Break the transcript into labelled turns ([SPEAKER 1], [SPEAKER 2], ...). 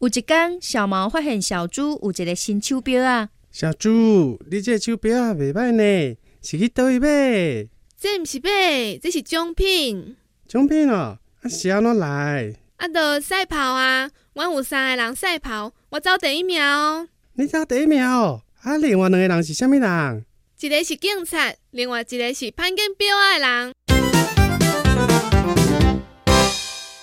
[SPEAKER 1] 有一天，小毛发现小猪有一个新手表啊，
[SPEAKER 2] 小猪，你这手表啊袂歹呢，是去倒位买？
[SPEAKER 3] 这毋是买，这是奖品。
[SPEAKER 2] 奖品哦，啊是安怎来？
[SPEAKER 3] 啊，着赛跑啊，阮有三个人赛跑，我走第一名哦。
[SPEAKER 2] 你走第一名哦，啊另外两个人是啥物人？
[SPEAKER 3] 一个是警察，另外一个是判见表的人。